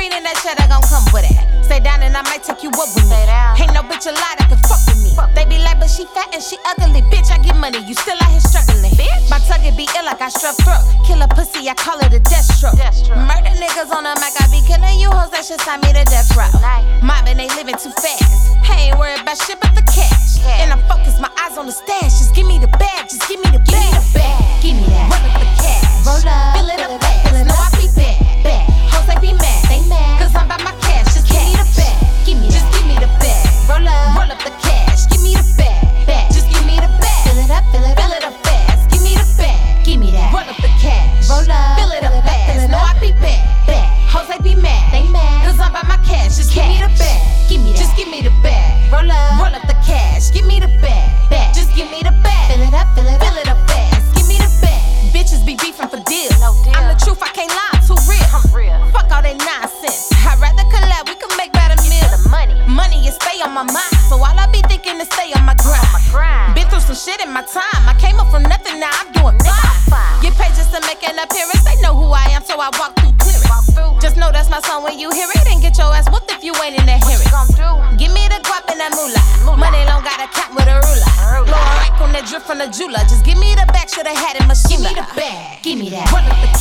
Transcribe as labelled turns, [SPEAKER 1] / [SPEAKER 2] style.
[SPEAKER 1] I gon' come with it. Stay down and I might take you up with me. Ain't no bitch alive that can fuck with me. They be like, but she fat and she ugly. Bitch, I get money, you still out here struggling. Bitch. My tug it be ill like I strep throat. Kill a pussy, I call it a death stroke. Murder niggas on the mic, I be killing you hoes. That shit sign me to death row. Mobbing, they living too fast. I ain't worried about shit but the cash. And I'm focused, my eyes on the stash. Just give me the bag, just give me the bag. Give me that. Run up the cash.
[SPEAKER 2] Roll up,
[SPEAKER 1] Fill it
[SPEAKER 2] fill
[SPEAKER 1] up
[SPEAKER 2] it up, fill
[SPEAKER 1] fast.
[SPEAKER 2] it
[SPEAKER 1] No, I be bad. Bad. Hoes, they be mad.
[SPEAKER 2] They mad.
[SPEAKER 1] Cause I'm by my cash. Just give me the bag.
[SPEAKER 2] Give me
[SPEAKER 1] Just give me the bag.
[SPEAKER 2] Roll up.
[SPEAKER 1] Roll up the cash. Give me the bag.
[SPEAKER 2] Bag.
[SPEAKER 1] Just give me the
[SPEAKER 2] Fill
[SPEAKER 1] bag.
[SPEAKER 2] it up, fill it
[SPEAKER 1] Fill
[SPEAKER 2] up.
[SPEAKER 1] it up fast. Give me the bag.
[SPEAKER 2] Give me that.
[SPEAKER 1] Run up the cash.
[SPEAKER 2] Roll up,
[SPEAKER 1] Fill it
[SPEAKER 2] fill it
[SPEAKER 1] up
[SPEAKER 2] up, fill
[SPEAKER 1] fast.
[SPEAKER 2] it
[SPEAKER 1] No,
[SPEAKER 2] up.
[SPEAKER 1] I be bad.
[SPEAKER 2] Bag.
[SPEAKER 1] Hoes, they be mad.
[SPEAKER 2] They mad.
[SPEAKER 1] Cause I'm by my cash. Just give me the
[SPEAKER 2] Cash.
[SPEAKER 1] bag.
[SPEAKER 2] Give me that.
[SPEAKER 1] Just give me the bag.
[SPEAKER 2] Roll up.
[SPEAKER 1] Roll up the cash, give me the bag.
[SPEAKER 2] Bag.
[SPEAKER 1] Just give me the bag.
[SPEAKER 2] Fill it up, fill it
[SPEAKER 1] Fill
[SPEAKER 2] up.
[SPEAKER 1] it up fast, give me the bag. Bitches be beefing for deals.
[SPEAKER 3] No deal.
[SPEAKER 1] I'm the truth, I can't lie, too real.
[SPEAKER 3] I'm real.
[SPEAKER 1] Fuck all that nonsense. I'd rather collab, we can make better
[SPEAKER 3] For
[SPEAKER 1] meals.
[SPEAKER 3] the money.
[SPEAKER 1] Money is stay on my mind, so all I be thinking is stay on my grind.
[SPEAKER 3] My grind.
[SPEAKER 1] Been through some shit in my time. I came up from nothing, now I'm doing
[SPEAKER 3] I'm
[SPEAKER 1] fine.
[SPEAKER 3] fine.
[SPEAKER 1] Get paid just to make an appearance. They know who I am, so I walk through clearance.
[SPEAKER 3] Walk through.
[SPEAKER 1] Just know that's my song when you hear it, and get your ass whooped if you ain't in the
[SPEAKER 3] What
[SPEAKER 1] hearing.
[SPEAKER 3] you gon' do?
[SPEAKER 1] Give me the guap and that moolah.
[SPEAKER 3] Moolah.
[SPEAKER 1] Money don't got a count with a ruler.
[SPEAKER 3] Ruler.
[SPEAKER 1] Blowing rack on that drip from the jeweler. Just give me the back, shoulda had it, machine.
[SPEAKER 2] Give me the bag. Give me that.
[SPEAKER 1] Run up the